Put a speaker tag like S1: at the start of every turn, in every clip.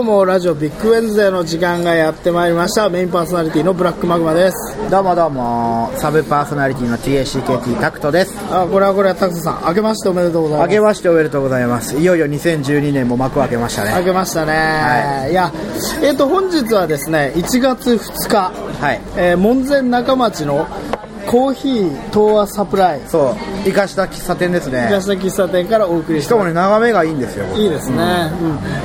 S1: とラジオビッグウェンズデーの時間がやってまいりましたメインパーソナリティのブラックマグマです
S2: どうもどうもサブパーソナリティの TACKT タクトです
S1: あこれはこれはタクトさん明けましておめでとうございま
S2: 明
S1: す
S2: けましておめでとうございますいよいよ2012年も幕を開けました
S1: 明
S2: ね
S1: けましたね、、
S2: はい
S1: やえっ、と本日はですね1月2日、
S2: はい
S1: えー門前仲町のコーヒー東和サプライ
S2: そう生かした喫茶店ですね
S1: 東の喫茶店からお送りし
S2: してか
S1: ます
S2: もね眺めがいいんですよ
S1: いいですね、うん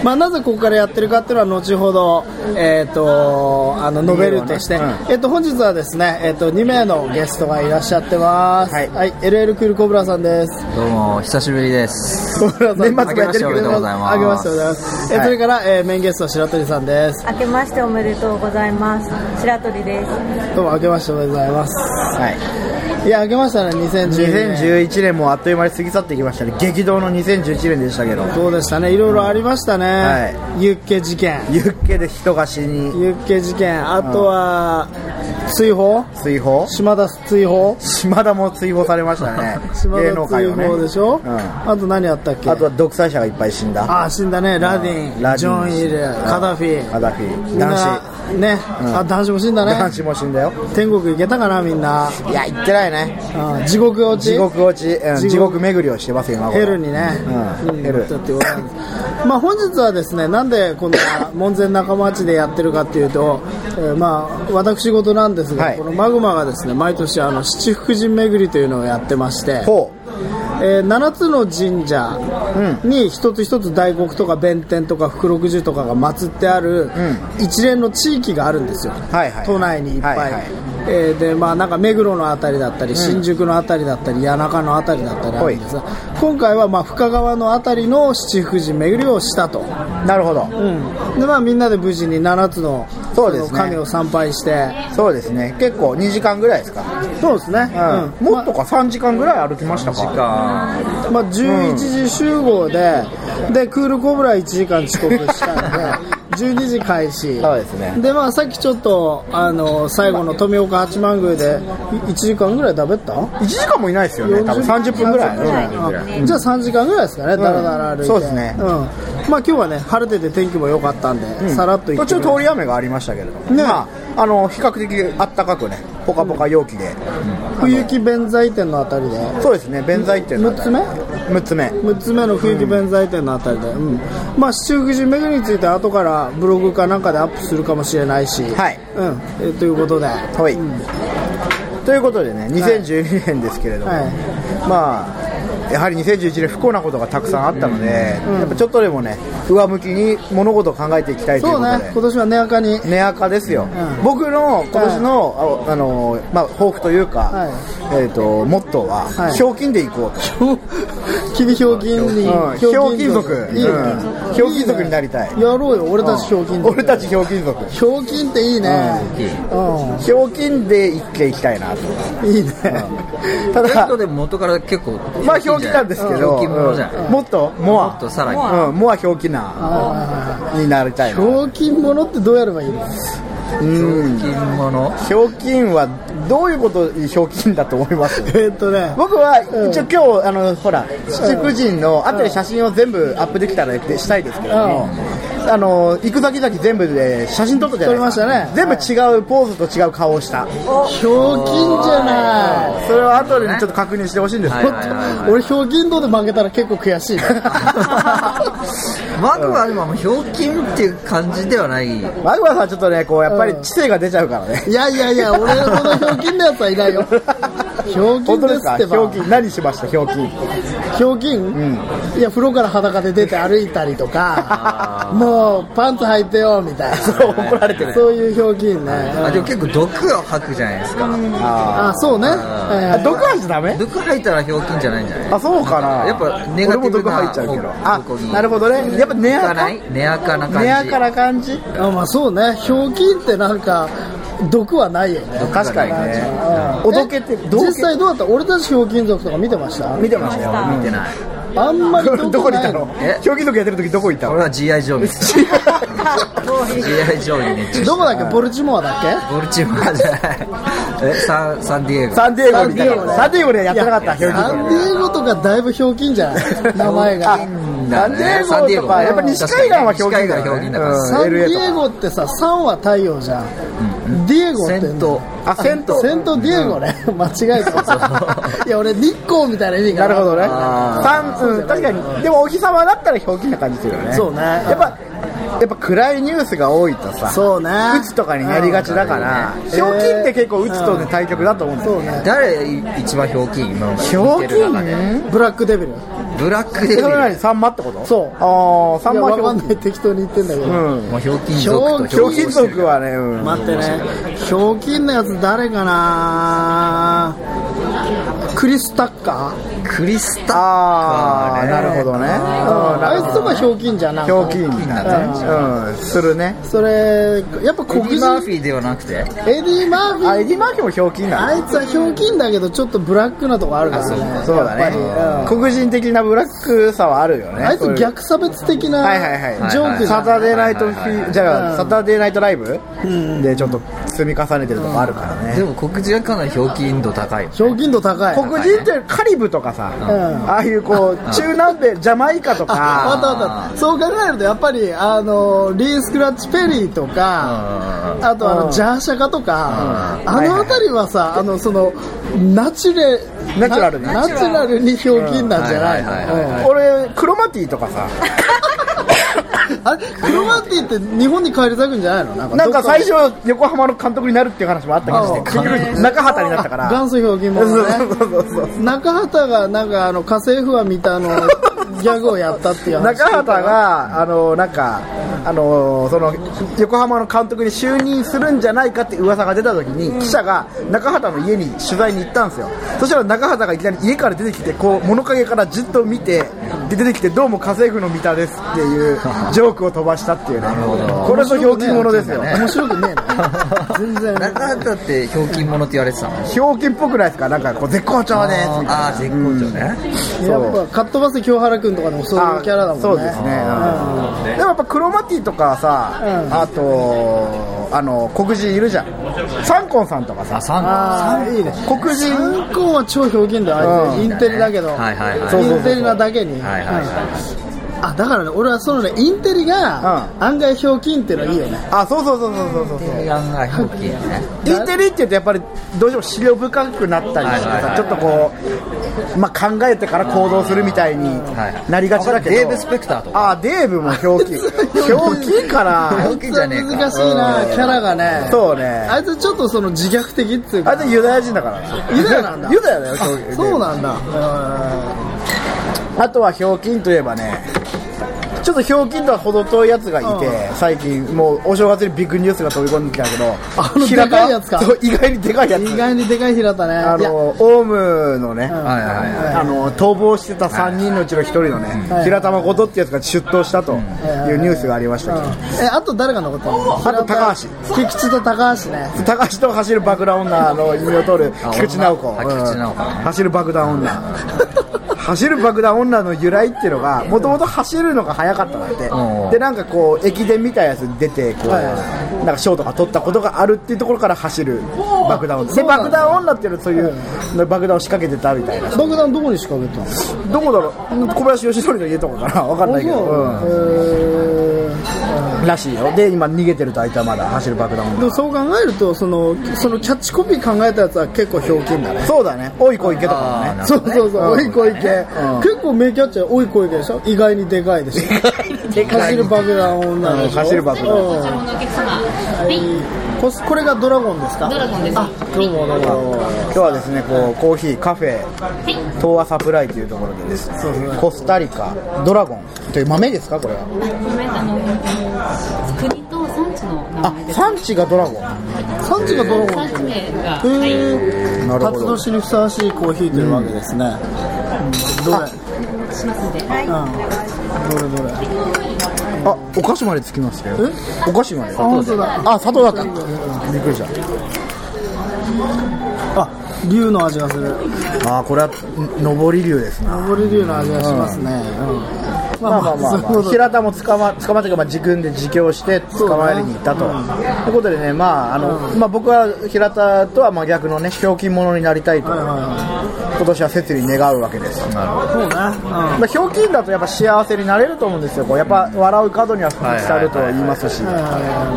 S1: まあ、なぜここからやってるかっていうのは後ほど、えー、とあの述べるとして、
S2: うん
S1: えー、と本日はですね、えー、と2名のゲストがいらっしゃってます、
S2: はい
S1: LL クールコブラさんです
S3: どうも、久しぶりです。
S1: コブラさん
S2: 年末もやってるけど
S3: 明けましておめでとうございます
S1: 明けましておめでとうございます、えー
S2: はい
S1: それから、えーメインゲスト白鳥さんです
S4: 明けましておめでとうございます白鳥です
S1: どうも明けましておめでとうございます
S2: はい
S1: いや明けましたね2012年
S2: 2011年もあっという間に過ぎ去っていきましたね激動の2011年でしたけど
S1: どうでしたねいろいろありましたね、
S2: は
S1: ユッケ事件
S2: ユッケで人が死に
S1: ユッケ事件あとは、追放
S2: 追放
S1: 島田追放
S2: 島田も追放されましたね
S1: 島
S2: 芸
S1: 田
S2: 能界
S1: 追
S2: をね
S1: 放でしょ、
S2: うんあ
S1: あと何やったっけ
S2: とは独裁者がいっぱい死んだ
S1: ああ死んだねラディン
S2: ラディン
S1: ジョン・イル
S2: うん
S1: カダフィ
S2: カダフィ
S1: みんな
S2: 男子
S1: ね、あ男子も死んだね
S2: 男子も死んだよ
S1: 天国行けたかなみんな、
S2: いや行ってないね
S1: うん地獄落ち
S2: 地獄落ち、うん
S1: 地獄
S2: 地獄巡りをしてますよ今頃
S1: ヘルにね、
S2: うんヘル
S1: だってことなんですまあ本日はですねなんでこんな門前仲間町でやってるかっていうと、えーまあ私事なんですが、
S2: はい
S1: このマグマがですね毎年あの七福神巡りというのをやってまして
S2: ほ
S1: えー7つの神社に一つ一つ大黒とか弁天とか福禄寿とかが祀ってある一連の地域があるんですよ、
S2: はいはい
S1: 都内にいっぱい、
S2: はいはい
S1: えーでまあ、なんか目黒の辺りだったり、新宿の辺りだったり谷中の辺りだったりあるんですが今回はまあ深川の辺りの七福神巡りをしたと、
S2: うなるほど、
S1: でまあ、みんなで無事に7つの
S2: そうですね
S1: 神を参拝して
S2: そうですね結構2時間ぐらいですか、
S1: そうですね、うん
S2: うん、もっとか3時間ぐらい歩きましたか
S3: か、
S1: まあ、11時集合で、でクールコブラ1時間遅刻したん で12時開始
S2: そうですね
S1: でまあさっきちょっとあの最後の富岡八幡宮で1時間ぐらいだべった
S2: 1時間もいないですよね多分30分ぐらい、うん
S1: うんじゃあ3時間ぐらいですかね、だらだら歩いて、
S2: そうですね
S1: んまあ、今日はね晴れてて天気も良かったんで、さらっと行
S2: 途
S1: って
S2: 中
S1: くる
S2: 通り雨がありましたけれども、ねまあ、あの比較的あったかくねポカポカ容器で、
S1: 冬雪弁財天のあたりで、
S2: そうですね弁財っていうの
S1: 6つ目
S2: 6つ目
S1: 6つ目の冬木弁財天のあたりで、うんまあ、七福神巡りについて後からブログかなんかでアップするかもしれないし、
S2: はい
S1: うんえということで、
S2: はい、ということでね2012年ですけれども、
S1: はい
S2: まあやはり2011年不幸なことがたくさんあったので、やっぱちょっとでもね上向きに物事を考えていきたいという
S1: そ
S2: こ
S1: う
S2: とで
S1: ね、今年は値赤 に、
S2: 値垢ですよ、
S1: うん
S2: 僕の今年の、ああのまあ、抱負というか、
S1: は
S2: えー、とモットーは、
S1: はい
S2: ひょうきんでいこうと、
S1: 君ひょうきんに、
S2: うんひょうきん族
S1: いいね
S2: うん、ひょうきん族になりたい
S1: いいねやろうよ、俺たちひょうきん族、
S2: 俺たちひょうきん族
S1: ひょうきんっていいね、う
S2: ひょうきんで生きていきたいなと
S1: ん、いいね、
S2: た
S3: テスト
S2: だ
S3: でも元から結構、
S2: まあひょうきなんですけど、
S3: 表記ものじゃ
S2: う
S3: なんい。
S2: もっとモア
S3: もっとさらに。
S2: うん、もはひょうきなになりたい
S1: ひ
S2: な
S1: ょうきんものってどうやればいいの
S3: 表記もの。
S2: ひょうきんはどういうことをひょうきんだと思います
S1: えーっとね、
S2: 僕は一応今日あのほら七福神のあたり写真を全部アップできたらでしたいですけどもあの行く先々全部で写真撮ったじゃないですか
S1: 撮りましたね
S2: 全部違うポーズと違う顔をした
S1: ひょうきんじゃない。
S2: それを後でちょっと確認してほしいんですけ
S3: はい
S2: ど
S3: はいはいはい
S1: 俺、ひょうきん道で負けたら結構悔しいね。
S3: マグマは今もう表記っていう感じではない。
S2: マグマさんちょっとねこうやっぱり知性が出ちゃうからね
S1: いやいやいや、俺のこのひょうきんのやつはいないよ。ひょうき
S2: 本
S1: んで
S2: 当ですすか
S1: って
S2: ひ
S1: ば。
S2: ょうきん何しましたひょうきん
S1: ひょうきん、いや風呂から裸で出て歩いたりとかもうパンツ履いてよみたいな
S2: そう怒られてる
S1: そういうひょうきんね、
S3: あ、でも結構毒を吐くじゃないですか。
S1: あそうね、はいはい
S2: あ毒味ダメ
S3: 毒吐いたら表記じゃないんじゃない
S2: あそうかな
S3: やっぱネガティブな
S2: 俺も毒入っちゃうけどあ
S3: 方向に
S2: なるほどねやっぱネ
S3: ネ
S2: ア
S3: ア
S2: か
S3: かネアかな感じ。
S2: ネアから感じ
S1: あまあそうねひょうきんってなんか毒はないよね
S2: 確かにね
S1: うん
S2: おどけて
S1: え実際どうだった俺たちひょうきん族とか見てました
S2: 見てましたよ
S4: ました
S3: 見てない。
S1: あんまり
S2: うん ど
S1: 毒
S2: こにい
S1: な
S2: た
S1: い
S2: の
S1: の
S3: え
S2: 表現力やってる時どこいた
S3: 俺
S2: の
S3: は GI 上見てた。GI 上にね、
S1: どこだっけボルチモアだっけ
S3: ボルチモアじゃない。え、サン、サンディエゴ。
S2: サンディエゴみたい
S1: サンディエゴ
S2: な
S1: ね
S2: サンディエゴでやってなかった
S1: いやサ
S2: 表現
S1: ンデ ィエゴとかだいぶひょうきんじゃない名前が
S2: あ
S3: ンだね。
S1: サンディエゴとか
S2: やっぱ西海岸はひょうきんだよね
S3: 西海岸はひょうきんだから。
S2: うん
S1: サンディエゴってさ3は太陽じゃん、ディエゴって
S3: セント。
S2: あセント
S1: セントディエゴね、間違えたいや俺日光みたいな意味か
S2: なるほどね
S3: あー
S2: 三うん確かにでもお日様だったらひょうきんな感じするよね
S1: そうね
S2: やっぱやっぱ暗いニュースが多いとさ
S1: そうね
S2: 鬱とかになりがちだから
S1: ん
S2: ひょうきんって結構鬱とね対局だと思うんだ
S1: そ
S2: よ
S1: うね
S3: 誰一番ひょうきん今まで
S2: ひょう
S3: 見
S2: き
S3: てる中で
S2: ん
S1: ブラックデビル
S3: ブラック
S2: え
S3: デビ
S2: それな
S3: ル
S2: にサンマってこと
S1: そう
S2: ああサ
S1: い
S2: ン
S1: や
S2: マ
S1: わ
S2: ひ
S1: か
S2: ょ
S1: ん
S2: う
S1: ない適当に言ってんだけど、
S2: きんうん
S3: まあひょうきん族と
S2: ひょうきん
S3: をしてる
S2: 族はねうん
S1: 待ってねひょうきんのやつ誰かなクリス・タッカー
S3: クリスタ
S2: ああなるほどねうん
S1: あいつとかひょうきんじゃんなん
S2: ひ
S1: か
S2: ょうきんだねうんするね
S1: それやっぱ
S3: エ
S1: 黒
S3: ディ・
S1: 人
S3: マーフィーではなくて
S1: エディ・マーフィ
S2: あ
S1: ー
S2: エディ・マーキーもひょうきんなの
S1: あいつはひょうきんだけどちょっとブラックなとこあるからね
S2: そう
S1: や
S2: だ
S1: っぱり
S2: ね。
S1: うん
S2: 黒人的なブラックさはあるよね。
S1: あいつ
S2: そうう
S1: 逆差別的な
S2: はいはいはい
S1: ジョークじゃ
S2: サ
S1: ん
S2: タデーナイトフ
S3: はいはいはいは
S2: ィ
S3: い
S2: じゃ
S1: うん
S2: あ、サタデーナイトライブでちょっと積み重ねてるとこあるからね。
S3: でも黒人はかなりひょうきん度高いよ
S1: ひょうきん度高い
S2: 黒人ってカリブとかさ、
S1: ん
S2: ああいうこう、中南米、ジャマイカと
S1: あわかっ
S2: か、
S1: たわかった そう考えるとやっぱりあのリー・スクラッチ・ペリーとかあとあ
S2: うん
S1: のジャーシャカとか
S2: ん
S1: あの辺りはさあのそのナチュレ
S2: ナチュラルに
S1: ナチュラルにひょうきんなんじゃないの
S3: はいはいはいはい
S2: 俺、クロマティとかさ、
S1: うんあれクロマティって日本に帰り咲くんじゃないのなんか
S2: なんか
S1: どっ
S2: 最初、横浜の監督になるっていう話もあった
S1: あ
S2: けど、結局、中畑になったから。
S1: 元祖ひょうきんも
S2: そう
S1: ね
S2: そうそうそう。
S1: 中畑がなんかあの家政婦は見たあのギャグをやったっていう話
S2: 中畑が、あの、なんか、あの、その、横浜の監督に就任するんじゃないかって噂が出た時に、記者が中畑の家に取材に行ったんですよ。そしたら中畑がいきなり家から出てきて、こう、物陰からじっと見て、で出てきて、どうも家政婦の三田ですっていう ジョークを飛ばしたっていうね。これぞひょうきん者ですよ。
S1: 面白くねえな全然
S3: 中畑ってひょうきん者って言われてたの
S2: ひょうきんっぽくないですかなんかこう、絶好調ですみたいな。
S3: ああ絶好調ね
S1: やっぱかっ飛ばせ清原君とかでもそういうキャラだもんね
S2: そうですね、うんでもやっぱクロマティとかさ、
S1: うん
S2: あとあの黒人いるじゃんサンコンさんとかさ
S3: あ三
S1: ああいいね
S2: 黒人
S1: 三コンは超表現だよあいつ
S2: うん
S1: インテリだけど、
S3: はいはいはい
S2: そうそ
S1: イ
S2: うそう
S1: ンテリなだけに、
S3: はいはい
S1: うんあだからね俺はそのねインテリが
S2: う
S1: 案外ひょうきんっていうのはいいよね
S2: あそうそうそうそうそうそう
S3: ヤンがひょうきんね
S2: インテリって言うとやっぱりどうしても資料深くなったりしてさ、
S3: はいはいはい
S2: ちょっとこう、まあ、考えてから行動するみたいに
S3: はい
S2: なりがちだけど、
S3: デーブスペクターとか
S2: あデーブも表記 表記か
S1: あ
S2: ない
S3: 表記
S1: つ
S3: じ
S1: は
S3: ゃねえか
S1: 難しいなキャラがね
S2: そうね
S1: あいつちょっとその自虐的っていう
S2: あ
S1: か
S2: いつユダヤ人だからね
S1: ユダヤなんだ
S2: ユダヤだよ
S1: あ
S2: 表記
S1: そうなんだ
S2: あとはひょうきんといえばねちょっとひょうきんとは程遠いやつがいて、
S1: う
S2: 最近もうお正月にビッグニュースが飛び込んできたけど
S1: あの
S2: 平
S1: で
S2: 田
S1: かいやつか
S2: そう意外にでかいやつ
S1: 意外にでかい平田ね
S2: あ
S1: いや
S2: のオウムのね、
S3: はいはいはい
S2: あの逃亡してた3人のうちの1人のね、
S1: はい
S2: 平玉ことってやつが出頭したというニュースがありましたけど、
S1: えあと誰が残ったの
S2: あと高橋
S1: 菊池と高橋ね
S2: 高橋と走る爆弾女の意味を取る
S3: あ
S2: 菊池直子、
S3: 女あ菊池直子ね
S2: 走る爆 弾女走る爆弾女の由来っていうのがもともと走るのが速かったなんて
S3: うん
S2: でなんかこう駅伝みたいなやつに出てこう、
S1: はい
S2: なんか賞とか取ったことがあるっていうところから走る爆弾女で爆弾女っていうのはそういう爆弾を仕掛けてたみたいな
S1: 爆弾どこに仕掛けたの
S2: どこだろう小林義則の家とかかな 分かんないけ
S1: あ
S2: ど、
S1: そう
S2: う
S1: え
S2: んらしいよで今逃げてるとあいつはまだ走る爆弾
S1: ーで
S2: 女
S1: もそう考えるとそのそのキャッチコピー考えたやつは結構ひょうきんだね
S2: そうだねおい小池とかもね
S1: そうそうそう、おい小池、
S2: うん
S1: 結構名キャッチャーおい小池でしょ意外にでかいでしょ走る爆弾女でしょ、
S2: うん走る爆弾
S1: うんはいこすこれがドラゴンですかドラゴンですあどうもどうも
S2: 今日はですねこうコーヒーカフェ東和サプライというところでですねコスタリカドラゴンという豆ですかこれは
S5: ごめんあの国と産地の名
S2: あ
S5: 前です。
S2: 産地がドラゴン
S1: 産地がドラゴン
S5: 産地名が
S1: へえ
S2: なるほど
S1: 活動しにふさわしいコーヒーというわけですね、どれ
S5: しますので、
S1: うん、どれどれ
S2: あお菓子までつきますよお菓子まで
S1: あ本当だ
S2: あ砂糖だったびっくりした
S1: あ龍の味がする
S2: あーこれは上り流ですな
S1: 上り龍の味がしますね、うん
S2: まあまあまあ、
S1: そういうこと
S2: 平田も捕ま捕まってか、まあ、自分で自供して捕まえに行ったと。ということでね、まああのまあ、僕は平田とは真逆のね、ひょうきん者になりたいと、
S1: はいは
S2: 今年は切に願うわけです。
S1: いはいそうね
S2: まあ、ひょうきんだとやっぱ幸せになれると思うんですよ、こうやっぱ笑う角には福さるとは言いますし、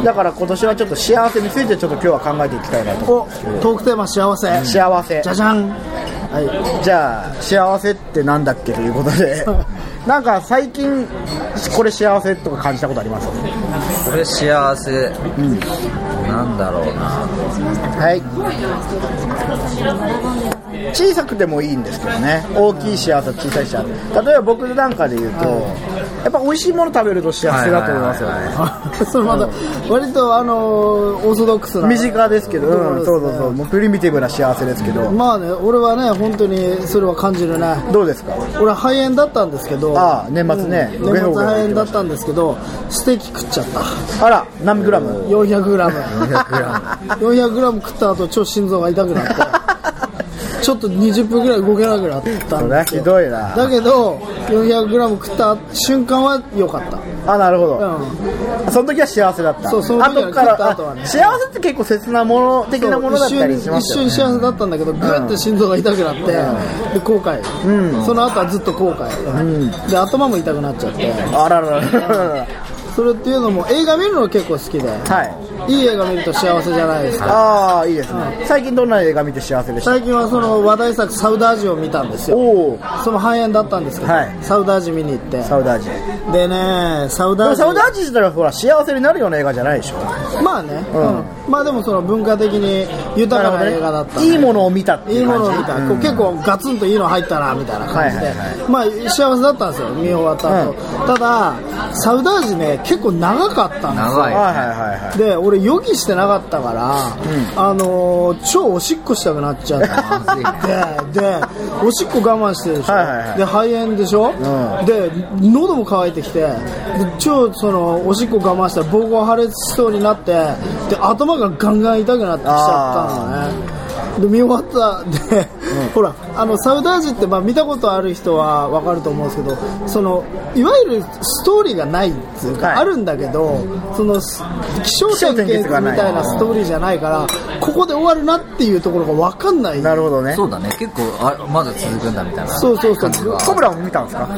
S2: だから今年はちょっと幸せについて、ちょっと今日は考えていきたいなと、
S1: おトークテーマ幸せ、じゃ
S2: 幸せ、
S1: じゃん
S2: はい、じゃあ、幸せってなんだっけということで、なんか最近、これ幸せとか感じたことあります
S3: これ幸せ、なんだろうな
S2: はい小さくてもいいんですけどね大きい幸せ小さい幸せ例えば僕なんかで言うとやっぱ美味しいもの食べると幸せだと思いますよね、
S3: はいはいはいはい
S1: あそれまた割とあのオーソドックスな
S2: 身近ですけど、
S1: うん
S2: うんそうそうそう、もうプリミティブな幸せですけど、
S1: まあね俺はね本当にそれは感じるね
S2: どうですか、
S1: 俺肺炎だったんですけど
S2: ああ年末ね
S1: うん年
S2: ごめん
S1: 末
S2: ごめん
S1: 肺炎だったんですけどステーキ食っちゃった
S2: あら、何グラム、
S1: 400g400g 食った後超心臓が痛くな ってちょっと20分ぐらい動けなくなった
S2: そ
S1: ん
S2: れは
S1: です
S2: ひ
S1: よ
S2: どいな、
S1: だけど 400g 食った瞬間は良かった
S2: あなるほど、
S1: う
S2: その時は幸せだった、
S1: そうその時は
S2: 後から
S1: 食った後はね
S2: あ幸せって結構切なもの的なものだったりしますよ、
S1: 一瞬一、瞬
S2: ね
S1: 幸せだったんだけどグッて心臓が痛くなって、で後悔、その後はずっと後悔、で頭も痛くなっちゃって
S2: あららら ら、
S1: それっていうのも映画見るの結構好きで、
S2: はい、
S1: い、い映画見ると幸せじゃないですか
S2: ああ、いいですね、最近どんな映画見て幸せでした
S1: 最近はその話題作サウダージを見たんですよ
S2: おお、
S1: その肺炎だったんですけど、
S2: はい
S1: サウダージ見に行って
S2: サウダージ、で
S1: でねサウダー
S2: も
S1: ジ
S2: サウダージしたら、ほら、幸せになるような映画じゃないでしょ、
S1: まあね、うんまあでもその文化的に豊かな映画だったんで
S2: いいものを見たって
S1: い
S2: い
S1: いうも
S2: 感じ
S1: のを見た、こう結構ガツンといいの入ったなみたいな感じで、
S2: はいはい
S1: まあ幸せだったんですよ見終わった後、ただサウダージね結構長かったんですよ
S3: 長
S2: はいは
S3: い
S2: いはいはい。
S1: で俺予期してなかったから、あのー超おしっこしたくなっちゃってででおしっこ我慢してるでしょ、
S2: はいはいはい
S1: で肺炎でしょ、
S2: ん
S1: で喉も渇いてきてで超そのおしっこ我慢したら膀胱破裂しそうになってで頭がガンガン痛くなってきちゃったのねで見終わったで、ほらあのサウダージってまあ見たことある人はわかると思うんですけどそのいわゆるストーリーがないっていうか、
S2: はい
S1: あるんだけどそのす気象
S2: 象
S1: 点
S2: 点
S1: 結
S2: 結
S1: み
S2: がない
S1: たいなストーリーじゃないからここで終わるなっていうところが分かんない
S2: なるほどね。
S3: そうだね結構あまだ続くんだみたいな
S1: そうそうそう
S3: 感じが
S2: コブラも見たんですか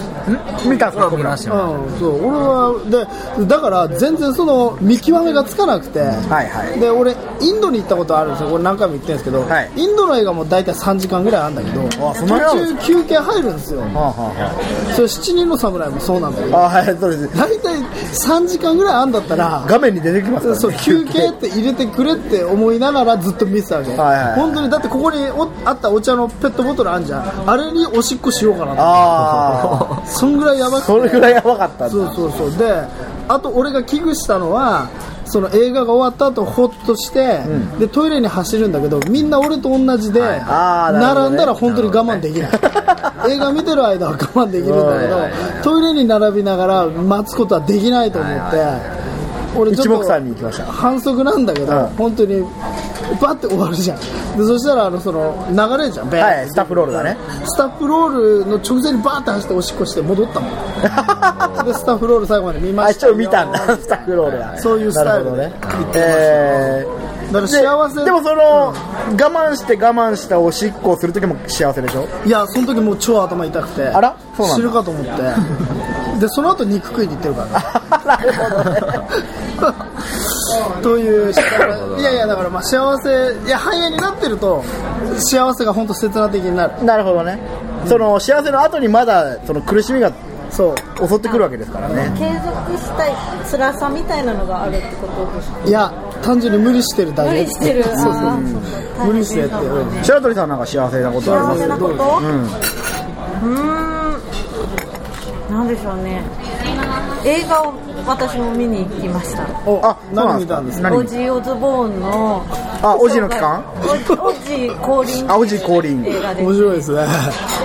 S2: 見たんですかコブ
S3: 見
S2: ラ
S3: ましたよ
S1: うん、そう俺はでだから全然その見極めがつかなくて、
S2: はいはい
S1: で俺インドに行ったことあるんですよこれ何回も言ってるんですけど、
S2: はい
S1: インドの映画も大体3時間ぐらいあるんだけど
S2: あそんなにあるんです
S1: 途中休憩入るんですよ
S2: はあは
S1: それ七人の侍もそうなんだけ
S2: あ
S1: ど
S2: はあ、はい、そうです。
S1: 大体3時間ぐらいあんだったら
S2: 画面に出てきますからね
S1: そう休憩って入れてくれって思いながらずっと見てたわけ、
S2: はいはい
S1: 本当にだってここにおあったお茶のペットボトルあんじゃんあれにおしっこしようかなと
S2: あ
S1: そんぐらいやば
S2: あ、
S1: くて
S2: それぐらいやばかったんだ。
S1: そうそうそうであと俺が危惧したのはその映画が終わった後ホッとして、でトイレに走るんだけどみんな俺と同じで、
S2: あーなるほど
S1: 並
S2: ね
S1: んだら本当に我慢できない映画見てる間は我慢できるんだけど、
S2: はいはい
S1: トイレに並びながら待つことはできないと思って、俺ちょっと
S2: 一目散に行きました
S1: 反則なんだけど、
S2: うん
S1: 本当にバッて終わるじゃんでそしたらあのその流れじゃんベーッ
S2: はい、スタッフロールだね。
S1: スタッフロールの直前にバーって走っておしっこして戻 ったもんでスタッフロール最後まで見ま
S2: あ、
S1: し
S2: 一
S1: た
S2: 応見たんだ、スタッフロールだ。
S1: そういうスタイルで
S2: なるほどね。えー
S1: だから幸せ
S2: ででもその、我慢して我慢したおしっこをするときも幸せでしょ
S1: いやその時もう超頭痛くて
S2: あらそうなんだ
S1: 死ぬかと思ってでその後肉食いに行ってるからね
S2: なるほどね。
S1: という幸せいやいやだからまあ幸せいや肺炎になってると幸せが本当切な的になる
S2: なるほどね。その、幸せの後にまだ、その苦しみが
S1: そう
S2: 襲ってくるわけですからね。
S4: 継続したい辛さみたいなのがあるってことですか
S1: いや単純に無理してるだけ
S4: 無理してる
S1: そうそう
S4: あー
S1: 無理してって
S4: 大変だ
S1: うん
S2: 白鳥さんなんか幸せなことありま
S4: 幸
S2: す
S4: せなことう
S2: うん。
S4: ーんなんでしょうね映画を私も見に行きました
S1: お
S2: あ
S1: 何見たんですか
S2: 何
S4: オジー・オズボーンの
S2: あオジの帰還
S4: オジ降臨
S2: あオジ降臨
S4: 映画です
S1: 面白いですね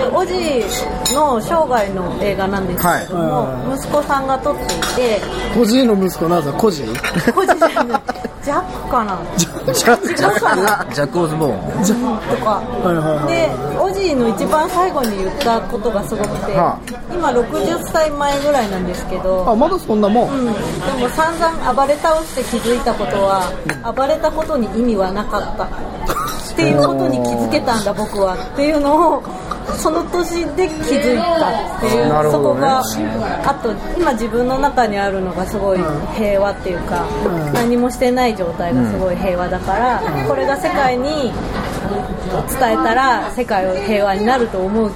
S4: でオジの生涯の映画なんですけども、
S1: は
S4: 息子さんが撮っていて
S1: 個人の息子なんですか個人
S4: コジじゃないジャックかな
S2: ちょっと
S4: ジャックかな
S3: ジャック・オズボーン
S4: とか
S1: はいはいはい
S4: でオジジの一番最後に言ったことがすごくて、
S2: は
S4: 今60歳前ぐらいなんですけど、
S1: あまだそんなもん、
S4: うん、でも散々暴れ倒して気づいたことは、暴れたことに意味はなかったっていうことに気づけたんだ僕はっていうのをその年で気づいたっていう、
S2: なる
S4: そ
S2: ほど
S4: こ
S2: ね
S4: があと今自分の中にあるのがすごい平和っていうか、何もしてない状態がすごい平和だから、これが世界に伝えたら世界は平和になると思うって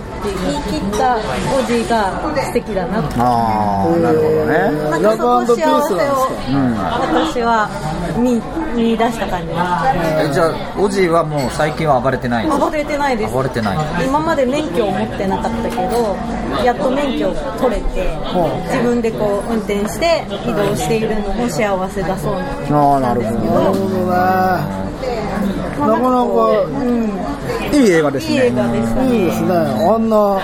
S4: 言い切ったおじいが素敵だなって
S2: ああなるほどね
S4: なんかそこ幸せを私は見見出した感じです
S3: えじゃあおじいはもう最近は暴れてない
S4: 暴れてないです
S3: 暴れてない
S4: 今まで免許を持ってなかったけどやっと免許を取れて自分でこう運転して移動しているのも幸せだそうな
S2: ああなるほどね
S1: なるほどね
S4: まあなんかこう
S1: なかなか
S4: うん
S2: いい映画です
S4: いい映
S2: ね
S4: 画でした
S1: いい
S4: ね
S1: ですねあんな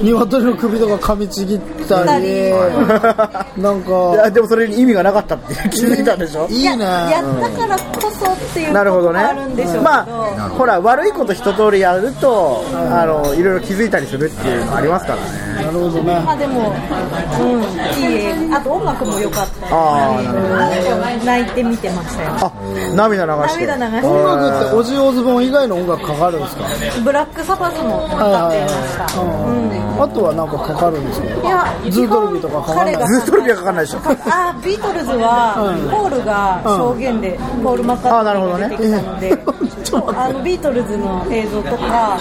S1: 鶏の首とか噛みちぎったりなん
S2: いや
S1: か
S2: でもそれに意味がなかったって気づいたでしょ
S1: いい
S4: いや
S1: ね
S4: やったからこそっていう
S2: なる
S4: の
S2: ほど
S4: も
S2: ね
S4: あるんでしょうけど、
S2: まあほら悪いこと一通りやるとあのいろいろ気づいたりするっていうのありますからね
S1: なるほどね
S4: まあでも、うん、いい映画あと音楽も良かった
S2: ああなるほど
S4: 泣いて見てましたよ
S2: あ涙流して
S4: 涙流
S1: 音
S4: し
S1: 楽ってオジーオズボーン以外の音楽かかるんですか
S4: てブラックサバスも歌ってました、
S1: あとはなんかかかるんです
S4: い
S1: か
S4: や
S1: ズートルビとかかかんない
S4: 彼が
S2: ずっとルビはかかんないでしょ
S4: あビートルズはポールが証言で、ポール・マッカートニーが出てきたので、 そうあのビートルズの映像とか、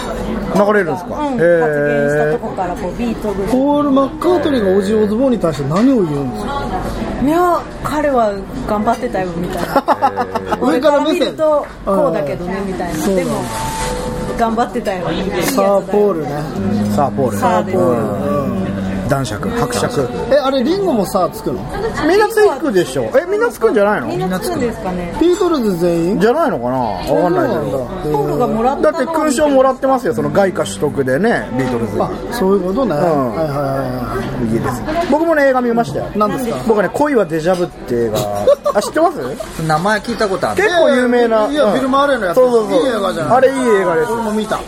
S2: 流れるんですか
S4: うん、発
S2: へー
S4: 言したとこからこうビートルズ
S1: ポール・マッカートニーがオジーオズボーンに対して何を言うんですか
S4: いや彼は頑張ってたよみたい な
S1: 上
S4: 俺
S1: か
S4: から
S1: 目
S4: ら
S1: 線
S4: 見るとこうだけどねみたいなでも頑張ってたよいいやつ
S1: さ
S4: だよ
S1: あポールね
S2: さあポール
S4: さあです
S2: 男爵伯爵
S1: えあれリンゴもさあつくの
S2: みんなつくでしょえみんなつくんじゃない
S4: み
S2: の
S4: んなつくんですかね
S1: ビートルズ全員
S2: じゃないのかなわかんないけど
S4: ポールがもらっ
S2: だ
S4: た
S2: って
S4: のを
S2: 勲章もらってますよその外貨取得でねビートルズ
S1: あそういうことね、
S2: ん
S1: はいはいはいはい
S2: いいです僕もね映画見ましたよ
S1: 何ですか
S2: 僕はね恋はデジャブって映画あ知ってます結
S3: 名前聞いたことある
S2: 構有名ない
S1: や
S2: うん
S1: フィルマーレのやつ
S2: そうそうそ
S1: い
S2: う
S1: い映画じゃない
S2: あれいい映画です
S1: 俺も見た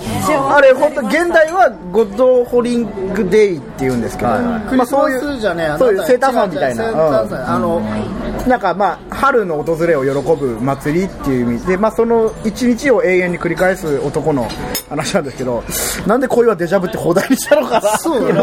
S2: あれ本当現代はゴッドホリングデイって言うんですけど、
S1: ク
S2: まあ
S1: リス
S2: そう
S1: マ
S2: い
S1: スじゃねえ
S2: うそういう生誕祭みたいな、
S1: 違う違う生誕
S2: うん
S1: 祭あの
S2: なんかまあ春の訪れを喜ぶ祭りっていう意味で、まあ、その一日を永遠に繰り返す男の話なんですけどなんで恋はデジャブって放題にしたのかな
S1: そう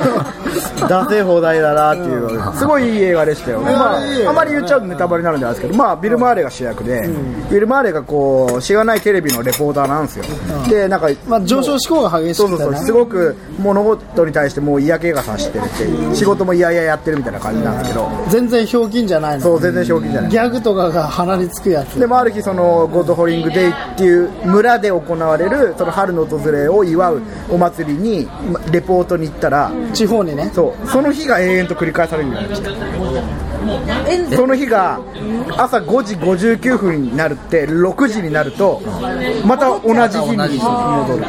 S2: だせ放題だなっていうのですごいいい映画でしたよ、ま
S1: いい映画
S2: あ、あまり言っちゃうとネタバレになるんであれですけど、まあ、ビル・マーレが主役で、ビル・マーレがこうしがないテレビのレポーターなんですよ、でなんか、
S1: まあ上昇志向が激し
S2: そう
S1: く
S2: そう
S1: て
S2: そう
S1: ね
S2: すごく物事に対してもう嫌気がさしてるっていう仕事も嫌々やってるみたいな感じなんですけど、
S1: 全然ひょうきんじゃない
S2: そ
S1: の
S2: う全然正気じゃない
S1: ギャグとかが鼻につくやつ
S2: でもある日そのゴッドホリングデイっていう村で行われるその春の訪れを祝うお祭りにまレポートに行ったら、
S1: 地方にね
S2: そうその日が永遠と繰り返されるようになっちゃっ
S4: え
S2: たその日が朝5時59分になるって6時になるとまた同じ日に戻る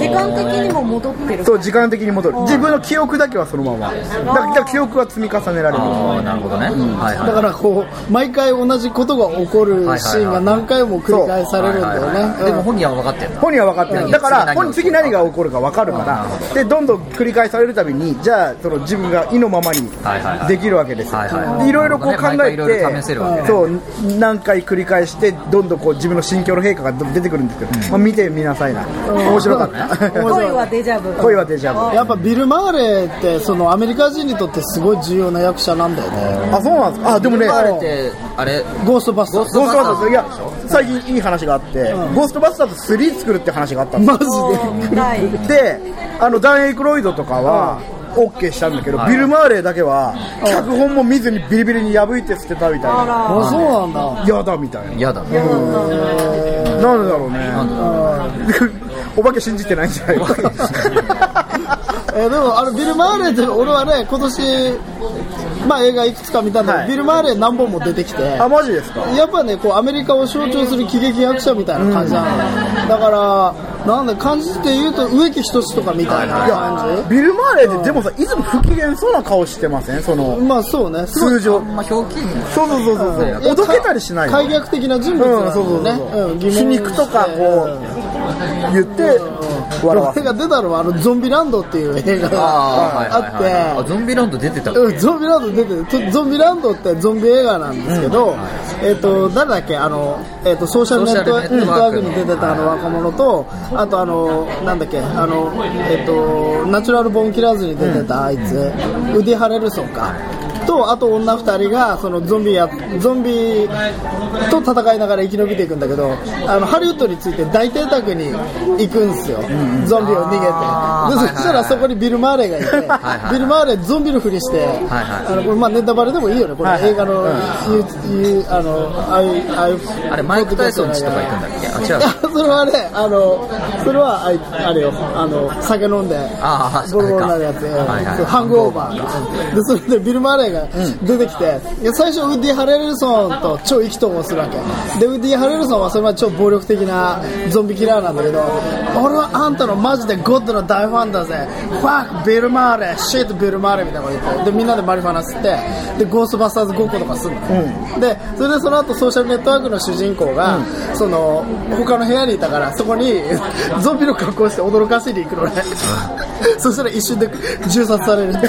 S4: 時間的にも戻ってる
S2: そう時間的に戻る自分の記憶だけはそのままだだから記憶は積み重ねられる
S3: ああなるほどね、はいはい
S1: だからこう毎回同じことが起こるシーンが何回も繰り返されるんだよ
S3: はいはいはいで
S1: ね
S3: も本人は分かってる
S2: 本人は分かってない、だから
S3: 次何が
S2: 本人次何が起こるか分かるから、でどんどん繰り返されるたびに、じゃあ、その自分が意のままに
S3: はいはいはい
S2: できるわけですよ
S3: はいはい
S2: でいろいろこう考
S3: な
S2: え
S3: るほどね毎回いろいろ試せるわけ
S2: て、
S3: ね
S2: そう何回繰り返して、どんどんこう自分の心境の変化が出てくるんですけど、まあ、見てみなさいな、面白かった、
S4: 恋はデジャブ
S2: 恋はデジャブ。
S1: やっぱビル・マーレってそのアメリカ人にとってすごい重要な役者なんだよね
S2: あ、そうなんですか、あでもね、
S3: バレ
S2: ゴ
S3: てあれ
S1: ゴーストバスターズ
S2: ーストバスターズ、いや、最近いい話があって、ゴーストバスターズ3作るって話があったんですよ
S1: マジで
S4: 見たい
S2: であのダン・エイクロイドとかは OK したんだけど、ビル・マーレーだけは脚本も見ずにビリビリに破いて捨てたみたいな
S1: あそうなんだ
S2: 嫌だみたい
S3: 嫌だね
S2: ななんでだろうね
S3: なんだ
S2: お化け信じてないんじゃないか
S1: えーでもあのビル・マーレーって俺はね今年、まあ、映画いくつか見たんだけど、
S2: はい
S1: ビル・マーレー何本も出てきて
S2: あマジですか
S1: やっぱねこうアメリカを象徴する喜劇役者みたいな感じなの、だからなんだ感じて言うと植木等とかみたいない
S2: や
S1: 感
S2: ビル・マーレーってでもさいつも不機嫌そうな顔してませんそ
S1: じ
S2: の
S1: まあそうねすごい
S2: 通常
S3: まあひょうきん
S2: そうそうそうそう
S1: いや
S2: そう脅けたりしない
S1: か
S2: よ
S1: 解
S2: ね
S1: 逆的な人物
S2: うん
S1: な
S2: そうそ
S1: ん
S2: う
S1: だ
S2: そ
S1: よ
S2: う
S1: ね、うん
S2: 皮肉とかこう言って笑わせ
S1: 俺が出たのはあのゾンビランドっていう映画
S3: あ
S1: が
S3: あ、はいはいはい。
S1: あ
S3: あ、
S1: って
S3: ゾンビランド出てたっけ
S1: うんゾンビランド出てるとゾンビランドってゾンビ映画なんですけど、えっ、と誰だっけあの、えっとソーシャルネットワ
S3: ソーシャルネット
S1: ー
S3: ワー
S1: ク
S3: ク
S1: に
S3: の
S1: 出てたあの若者とあとあのなんだっけあのえっ、とナチュラルボーンキラーズに出てたあいつ、ウディ・ハレルソンかとあと女2人がそのゾンビやゾンビと戦いながら生き延びていくんだけどあのハリウッドについて大邸宅に行くんですよ、ゾンビを逃げて
S3: あー
S1: でそしたらそこにビル・マーレがいて
S3: はいはい
S1: ビル・マーレゾンビのふりして、
S3: はいはい
S1: あのこれまあネタバレでもいいよねこれ
S2: はいはい
S1: 映画の、ゆゆあのああいうああいう
S3: あれ、マイク・タイソンちとか行くんだっけあ、違
S1: いうや。 それはねあのそれはあいあれよあの酒飲んで
S3: あー
S1: ボロボロになるやつ、
S3: はいはいはい
S1: そうハングオーバーでそれでビル・マーレーが出てきて、いや最初ウッディ・ハレルソンと超意気投合するわけでウッディ・ハレルソンはそれまで超暴力的なゾンビキラーなんだけど俺はあんたのマジでゴッドの大ファンだぜファックビル・マーレーシェイトビル・マーレーみたいなこと言ってでみんなでマリファナ吸ってでゴーストバスターズごっことかするの、でそれでその後ソーシャルネットワークの主人公が、その他の部屋にいたからそこにゾンビの格好をして驚かしに行くのねそしたら一瞬で銃殺されるっていう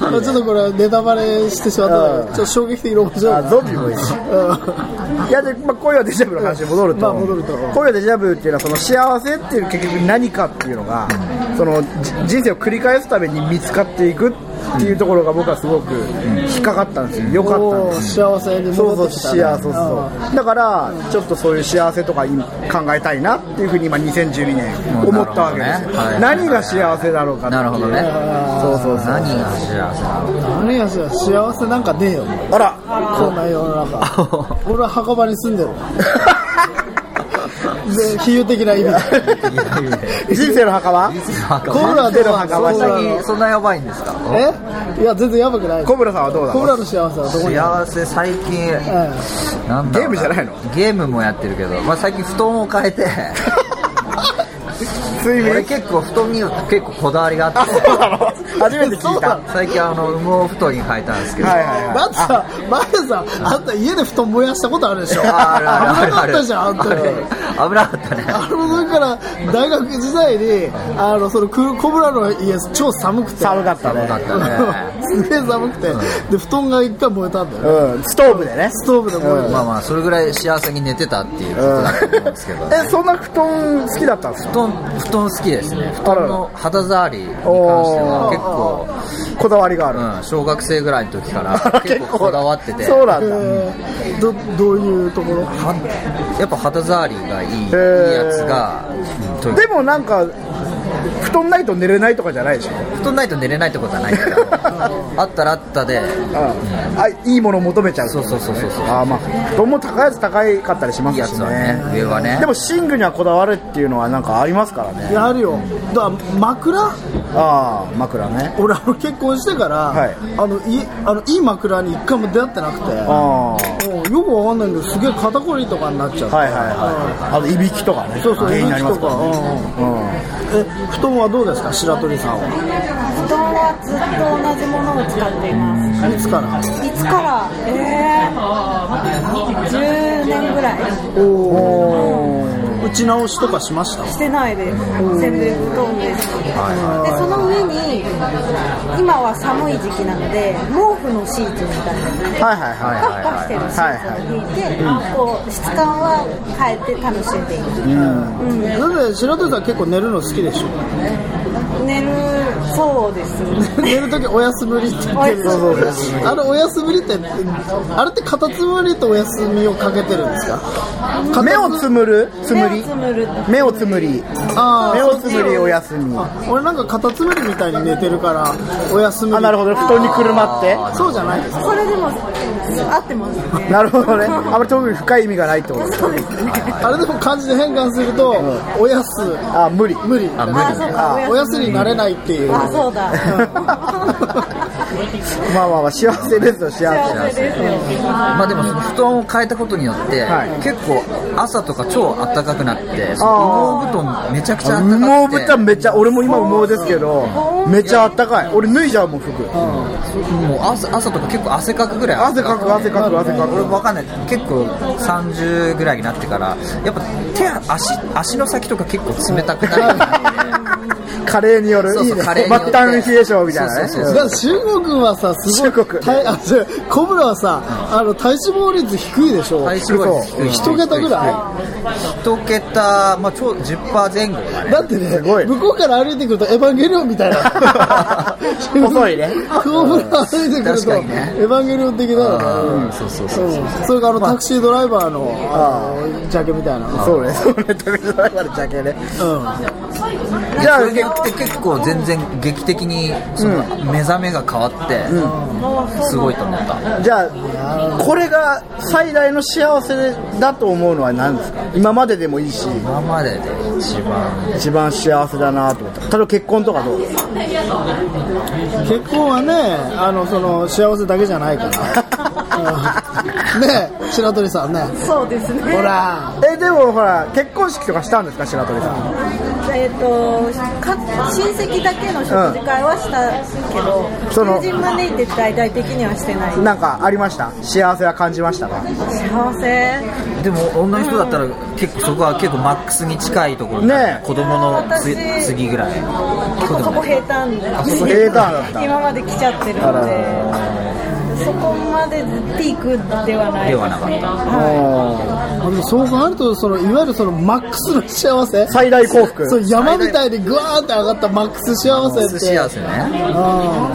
S1: まあちょっとこれはネタバレしてしまったので
S2: うん
S1: ちょっと衝撃的に面白い
S2: あ
S1: な
S2: ゾンビもいいいやで、まあ、恋はデジャブの話に戻ると、
S1: まあ戻ると
S2: 恋はデジャブっていうのはその幸せっていう結局何かっていうのが、そのじ人生を繰り返すために見つかっていくっていうところが僕はすごく引っかかったんですよ良かったん
S1: お
S2: で
S1: ー
S2: す
S1: 幸せに
S2: そう
S1: 戻っ
S2: そう
S1: てきたね、
S2: 幸せそうそうだからちょっとそういう幸せとか今考えたいなっていうふうに今2012年思ったわけですよ、
S3: うんなるほどねはい
S2: 何が幸せだろう かっていう
S3: なるほどね。
S2: そうそうそう
S3: 何が幸せなの
S1: うん何が幸せ幸せなんかねえよ
S2: あら
S1: こんな世の中俺は墓場に住んでるで比喩的な意味
S2: 人生の墓は
S1: コブラ
S2: 人生
S1: で
S2: の
S1: は
S2: 墓は
S1: コブラの
S3: そんなやばいんですか
S1: えいや全然やばくない
S2: 小村さんはどうだ
S1: コブラの幸せはどこにあ
S3: 幸せ、最近、
S1: るえ
S3: なんだろ
S2: ゲ
S3: う
S2: ームじゃないの
S3: ゲームもやってるけど、まあ最近布団を変えて、
S2: 睡
S3: 俺
S2: 眠
S3: 結構布団に結構こだわりがあ
S2: あ
S3: って
S2: そう、なの 初めて聞
S1: そう
S2: い
S1: な
S2: た
S1: の
S3: 最近あの、羽毛布団に変えたんですけ
S2: はい
S3: ど、
S2: はい
S1: え
S2: はい
S1: だってさ前さあんた家で布団燃やしたことあるでしょ危な
S3: あるある
S1: か
S3: あ
S1: っ
S3: る
S1: たじゃんあんた
S3: あれ危なかったね。
S1: あのだから大学時代にあのそのクコブラの家超寒くて
S2: 寒かった
S3: 危な
S2: ね
S3: かったね。
S1: すげえ寒くてで布団が一回燃えたんだよね
S2: うんストーブでね
S1: ストーブで燃えて
S3: まあまあ、それぐらい幸せに寝てたっていうことだと思うんですけど、
S2: えそんな布団好きだったんですか
S3: 布団、布団好きですね。布
S2: あら
S3: 団の肌触りに関しては結構、
S2: こだわりがある
S3: うん、小学生ぐらいの時から結構こだわってて、
S2: そうなんだ
S1: えーどどういうところ
S3: はやっぱ肌触りがいいいいやつが、うん
S2: でもなんか布団ないと寝れないとかじゃないでしょ
S3: 布団ないと寝れないってことはないけど、 あったらあったで、
S2: あいいもの求めちゃう
S3: そうそうそうそうそう、
S2: あーまあ布団も高いやつ高いかったりしま
S3: いいや
S2: す
S3: つ
S2: し
S3: はね
S2: ね、
S3: 上はね。
S2: でも寝具にはこだわるっていうのはなんかありますからね
S1: やるよだから枕
S2: ああ枕ね
S1: 俺あの結婚してから、
S2: はい
S1: あのいあのいい枕に一回も出会ってなくて
S2: あ
S1: もうよくわかんないけどすげえ肩こりとかになっちゃ
S2: あ
S1: う、
S2: はいはいはいあといびきとかね
S1: そうそう
S2: 原因になりますから
S1: いびきとか
S2: ねうん
S1: え布団はどうですか白鳥さんは
S4: 布団はずっと同じものを使っています
S1: いつから
S4: いつからええー、10年ぐらい
S1: 打ち直しとかしました
S4: してないです全部布団ですでその上に今は寒い時期なので毛布のシーツみたいな
S2: はいはいはい
S4: パッパしてるシーツを敷いて、こう質感は変えて楽しんでいる、
S1: だって白鳥さん結構寝るの好きでしょ
S4: 寝るそうです
S1: 寝るときおやすみりって言ってる
S4: おやすみ
S1: あのおやすみりってあれってカタツムリとおやすみをかけてるんですかカタツムリ
S2: 目をつむるつむ
S4: 目を
S2: り
S4: つむる
S2: 目をつむり
S1: あー
S2: 目をつむりおやすみあ
S1: あ俺なんかカタツムリみたいに寝てるからおやすみ
S2: なるほど布団にくるまって
S1: そうじゃないですか
S4: それでも合ってますね
S2: なるほどねあまり特に深い意味がないってこと
S4: そうですね
S1: あれでも漢字で変換すると、おやす
S2: あ無理
S1: 無理
S3: あ無理
S4: あそうか
S1: お
S4: お
S1: や
S4: や
S1: す
S4: すみ
S1: になれないっていう
S4: あそう だ
S2: まあまあまあ幸せですよ幸せ
S4: 幸せですよ
S3: まあでもその布団を変えたことによって、
S2: はい
S3: 結構朝とか超暖かくなってその羽毛布団めちゃくちゃ
S2: 羽
S3: 暖かくて
S2: 毛布団めっちゃ俺も今羽毛ですけど
S4: 保
S2: めっちゃあったかい俺脱いじゃうもん服
S3: もう朝朝とか結構汗かくぐらい
S2: 汗かく汗かく汗か
S3: 俺
S2: く
S3: わかんない結構30ぐらいになってからやっぱ手足足の先とか結構冷たくなる
S2: カレーによる
S3: そうそう
S2: いいね
S3: カレーによって
S2: 末端冷え性みたいなね
S3: そうそうそう
S1: だから中国はさ、すごい、
S2: 中国
S1: 体あ違うコブラはさ、あの体脂肪率低いでしょ、
S3: 体脂肪率低い
S1: 一桁ぐら
S3: 一桁、まあ、ちょう10%前後だ
S1: い、
S3: ね
S1: だってね、
S2: すごい
S1: 向こうから歩いてくると、エヴァンゲリオンみたいな、
S2: 細いね
S1: コブラ歩いてくる
S3: 確
S1: と、
S3: かにね
S1: エヴァンゲリオン的だよね。
S3: うんそうそうそう
S1: うんそれからあのタクシードライバーのあのジャケみたいな、うん、
S2: そうねそうね食べる前までジャケね
S3: じゃあ結構全然劇的にその目覚めが変わって、すごいと思った
S2: じゃあこれが最大の幸せだと思うのは何ですか今まででもいいし
S3: 今までで一番
S2: 一番幸せだなと思った例えば結婚とかどうですか
S1: 結婚はねあのその幸せだけじゃない から、うん、ねえ白鳥さんね
S4: そうですね
S1: ほら
S2: えでもほら結婚式とかしたんですか白鳥さん
S4: えっ、とか親戚だけの食事会はしたけど、
S2: その
S4: 友人招いて大々的にはしてない
S2: なんかありました幸せは感じましたか
S4: 幸せ
S3: でも女の人だったら結構そこは結構マックスに近いところだ
S2: ねえ
S3: 子供のつ
S4: 私
S3: 次ぐらい
S4: 結構そこ平坦
S2: そこ平坦だった
S4: 今まで来ちゃってる
S2: あ
S4: の
S2: ら
S4: でそこまでピークではない
S3: ではなかった
S2: あ
S1: あのそう考えるとそのいわゆるそのマックスの幸せ
S2: ー最大幸福
S1: そう山みたいにグワーって上がったマックス幸せ
S3: 寿
S1: って
S3: 司屋ですね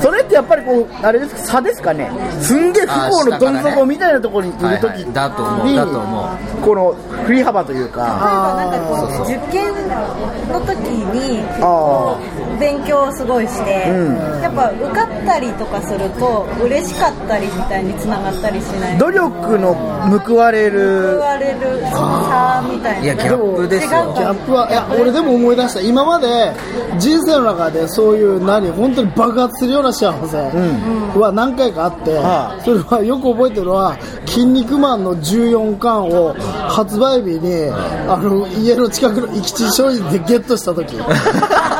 S2: それってやっぱりこうあれですか差ですかねすんげえ不幸のどん底みたいなところにいる
S3: はい
S2: 時
S3: はい
S2: に
S3: だと思うだと思
S2: この振り幅というか
S4: なんかこう受験の時に
S2: あ
S4: 勉強をすごいして、
S2: うん
S4: やっぱ受かったりとかすると嬉しかったりみたいにつながったりしない
S2: 努力の報われ
S4: 言
S2: る
S4: われる差みたいない
S3: やギャップですよ
S1: ギャップはいや俺でも思い出した今まで人生の中でそういう何本当に爆発するような幸せは何回かあって、
S2: は
S1: それはよく覚えてるのは「筋肉マン」の14巻を発売日にあの家の近くの生き地商品でゲットした 時す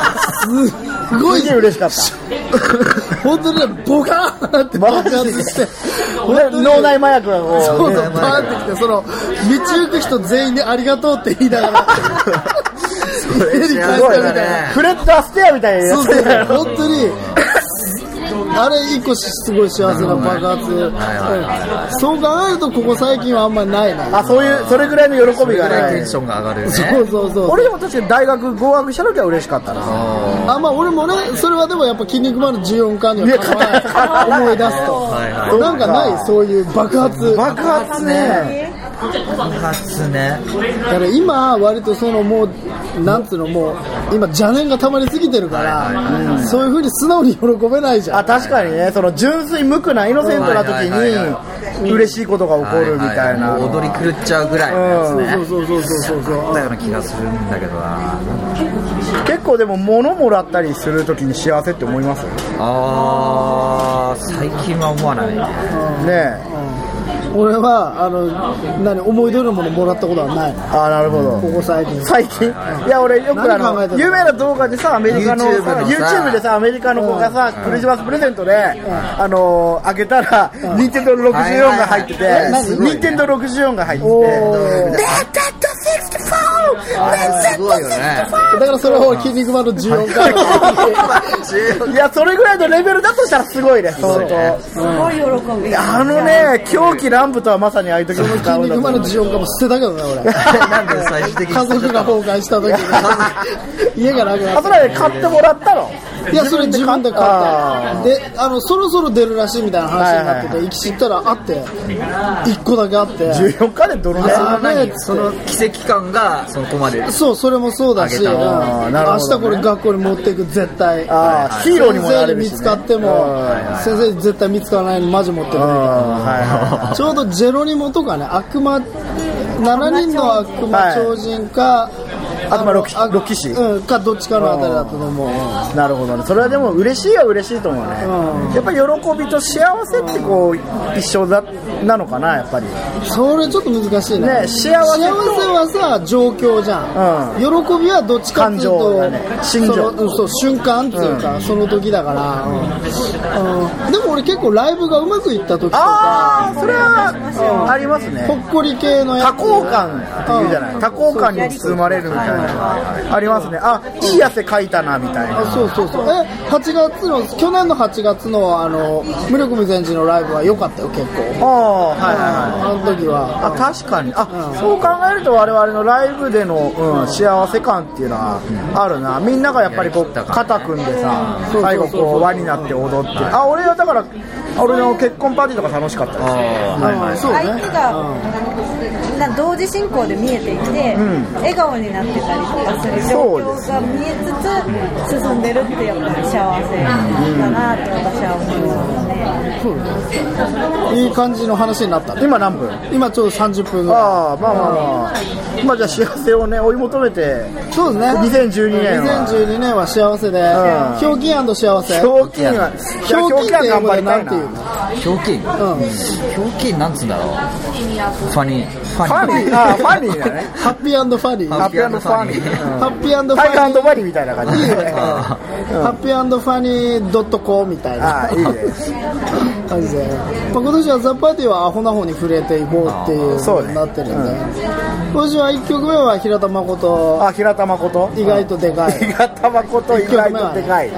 S1: ごい
S2: すげえ嬉しかった
S1: 本当にねボカーンって爆発して本当に
S2: 脳内麻薬がこう
S1: そうそうバーンってきてその道行く人全員にありがとうって言いながら家に帰ったみたいな
S2: フレッド・アステアみたいなや
S1: そう
S2: つ
S1: そう本当にあれ一個すごい幸せな爆発うんそう考えるとここ最近はあんまりないな
S2: あそういうそれぐらいの喜
S3: うそ
S2: び
S3: れ
S2: が
S3: ぐらい
S2: ね
S3: テンションが上がるよね
S1: そうそうそう
S2: 俺でも確かに大学合格した時は嬉しかったな
S1: あまあ俺もねそれはでもやっぱ「筋肉マン」の14巻には変わらない思い出すと、
S3: はいはい
S1: なんかないそういう爆発
S2: 爆発ね
S3: 初ね
S1: だから今割とそのもうなんつうのもう今邪念が溜まりすぎてるから、うんそういうふうに素直に喜べないじゃ
S2: あ
S1: ん
S2: 確かにねその純粋無垢なイノセントな時
S3: はいはいは
S2: に嬉しいことが起こるみたいな
S3: ははもう踊り狂っちゃうぐらいのやつね
S1: そうそうそうそうそう
S3: だような気がするんだけどな
S2: 結構でも物もらったりする時に幸せって思いますね
S3: あー最近は思わないね
S2: え
S1: 俺はあの何思い通りのものもらったことはない
S2: ああなるほど
S1: ここ最近
S2: 最近いや俺よくあ
S1: 何考えて
S2: の
S1: る
S2: 有名な動画でさアメリカの
S3: YouTube のさ
S2: YouTube でさアメリカの子がさクリスマスプレゼントであのー開けたら任天堂64が入ってて
S3: はいはいはいすごいね
S2: 任天堂64が入ってて
S1: おー
S2: 「レッド
S3: あれすごいよ ね
S1: だからそれを筋肉マンの14回
S2: 64!」いやそれぐらいのレベルだとしたらすごいね相
S3: ごいね
S2: 当
S4: すごい喜び
S2: あのね狂気乱舞とはまさにああいう時の使
S1: 筋
S2: うんだ
S1: 肉
S2: と
S1: マン
S2: 思
S1: の
S2: う
S1: 14回も捨てたけどね俺
S3: なんで最終的に
S1: 家族が崩壊した時 に家がなくな
S2: あ
S1: っ
S2: それはね買ってもらったの
S1: たいやそれ自分で買
S2: あ
S1: ったであのそろそろ出るらしいみたいな話になってて行き知ったらあって1個だけあって
S2: 14日で泥ね
S1: あ
S3: その
S1: あれっ
S3: 何
S1: つって
S3: その奇跡感がそこまで
S1: そうそれもそうだし、
S3: あげたの
S2: あーなるほ
S1: 明日
S2: どね
S1: これ学校に持っていく絶対
S2: あーヒーローにもなれるし
S1: 先生に
S2: ね
S1: 見つかっても
S2: うん
S1: 先生に絶対見つからないのマジ持ってくる
S2: うんはいはいはい
S1: ちょうどジェロニモとかね悪魔7人の悪魔超人か、
S2: あとまあ六騎六騎士
S1: うんかどっちかのあたりだったと思う
S2: なるほどねそれはでも嬉しいは嬉しいと思うね、
S1: う
S2: やっぱり喜びと幸せってこう一緒だなのかなやっぱり
S1: それちょっと難しいね
S2: ね幸せと
S1: 幸せはさ状況じゃん、喜びはどっちかっていうと
S2: 感情だね心情
S1: そのうんそう瞬間っていうか、その時だから、うんうんでも俺結構ライブがうまくいった時とか
S2: ああそれはありますね
S1: ほっこり系のやつ
S2: 多幸感っていうじゃない多幸感に包まれるみたいなありますねあいい汗かいたなみたい
S1: あ
S2: な
S1: そうそうそうえ8月の去年の8月のあの無力無前寺のライブは良かったよ結構
S2: ああはいはいはい
S1: あの時は
S2: あ確かにあ、そう考えると我々のライブでの、うん、幸せ感っていうのはあるなみんながやっぱりこう肩組んでさ
S1: そう
S2: 最後こう輪になって踊ってあ俺はだから俺の結婚パーティーとか楽しかったですはいはい
S1: うんそうね
S4: 相手が、な同時進行で見えていて、
S2: ん
S4: 笑顔になってたりとかする
S2: そ
S4: 状
S2: うです
S4: 況が見えつつ進んでるってやっぱり幸せだなと私は思いますね、
S1: いい感じの話になったね
S2: 今何分
S1: 今ちょうど30分ぐら
S2: ああまあまあまあまあじゃあ幸せをね追い求めて
S1: いそうですね
S2: 2012年は
S1: 2012年は幸せで
S2: ん
S1: ひょうきん幸せ
S2: ひょうきんは
S1: ひょうきんって
S2: 頑
S1: 英語
S2: 張
S1: で
S2: り
S1: な
S2: た
S1: ん
S2: い
S1: ていう
S2: な
S1: の
S3: 表記表記なんつうんだろうファニーフ
S2: ファニーあーファニーだね
S1: ハッピーファニー
S2: ハ
S1: ハ
S2: ッピーファニーうん
S1: ッピーフ
S2: タイ
S1: ァ
S2: ガ
S1: ニー
S2: ーバリーみたいな 感じでね
S3: あ
S1: ハッピーファニードットコみたい
S2: あ
S1: な
S2: あいいね
S1: 感じで、まあ、今年はザ・パーティーはアホな方に触れていこうっていう
S2: そう
S1: 風
S2: ね
S1: になってるんで、今年は1曲目は平田誠
S2: あ平田誠
S1: 意外とでかい
S2: 意外と誠 意外とでかい、
S1: う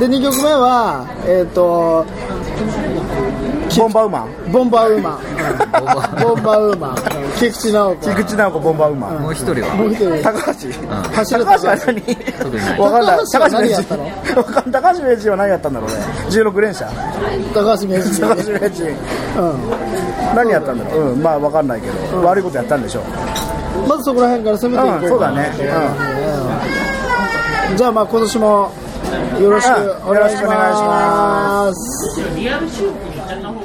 S2: うんん
S1: で2曲目はえっ、と
S2: ボンバーウーマン
S1: ボンバーウーマン
S3: ボン バー
S1: ボンバーウーマンうん菊池直子
S2: 菊池直子ボンバーウーマン、
S3: もう一人
S1: もう
S3: は
S1: 一人
S2: 高橋、
S1: 走る
S2: 高橋は何
S3: 特にない
S2: わかんない
S1: 高橋は何やったの
S2: 高橋名人高橋名人は何やったんだろうね16連射
S1: 高橋名人
S2: 高橋名人何やったんだろううんまあわかんないけど、悪いことやったんでしょう、
S1: うん、まずそこら辺から攻めていこうかな、
S2: うん、そうだね、
S1: じゃあまあ今年もよろしく
S2: うん
S1: お願いし
S2: よろしくお願いし
S1: ます。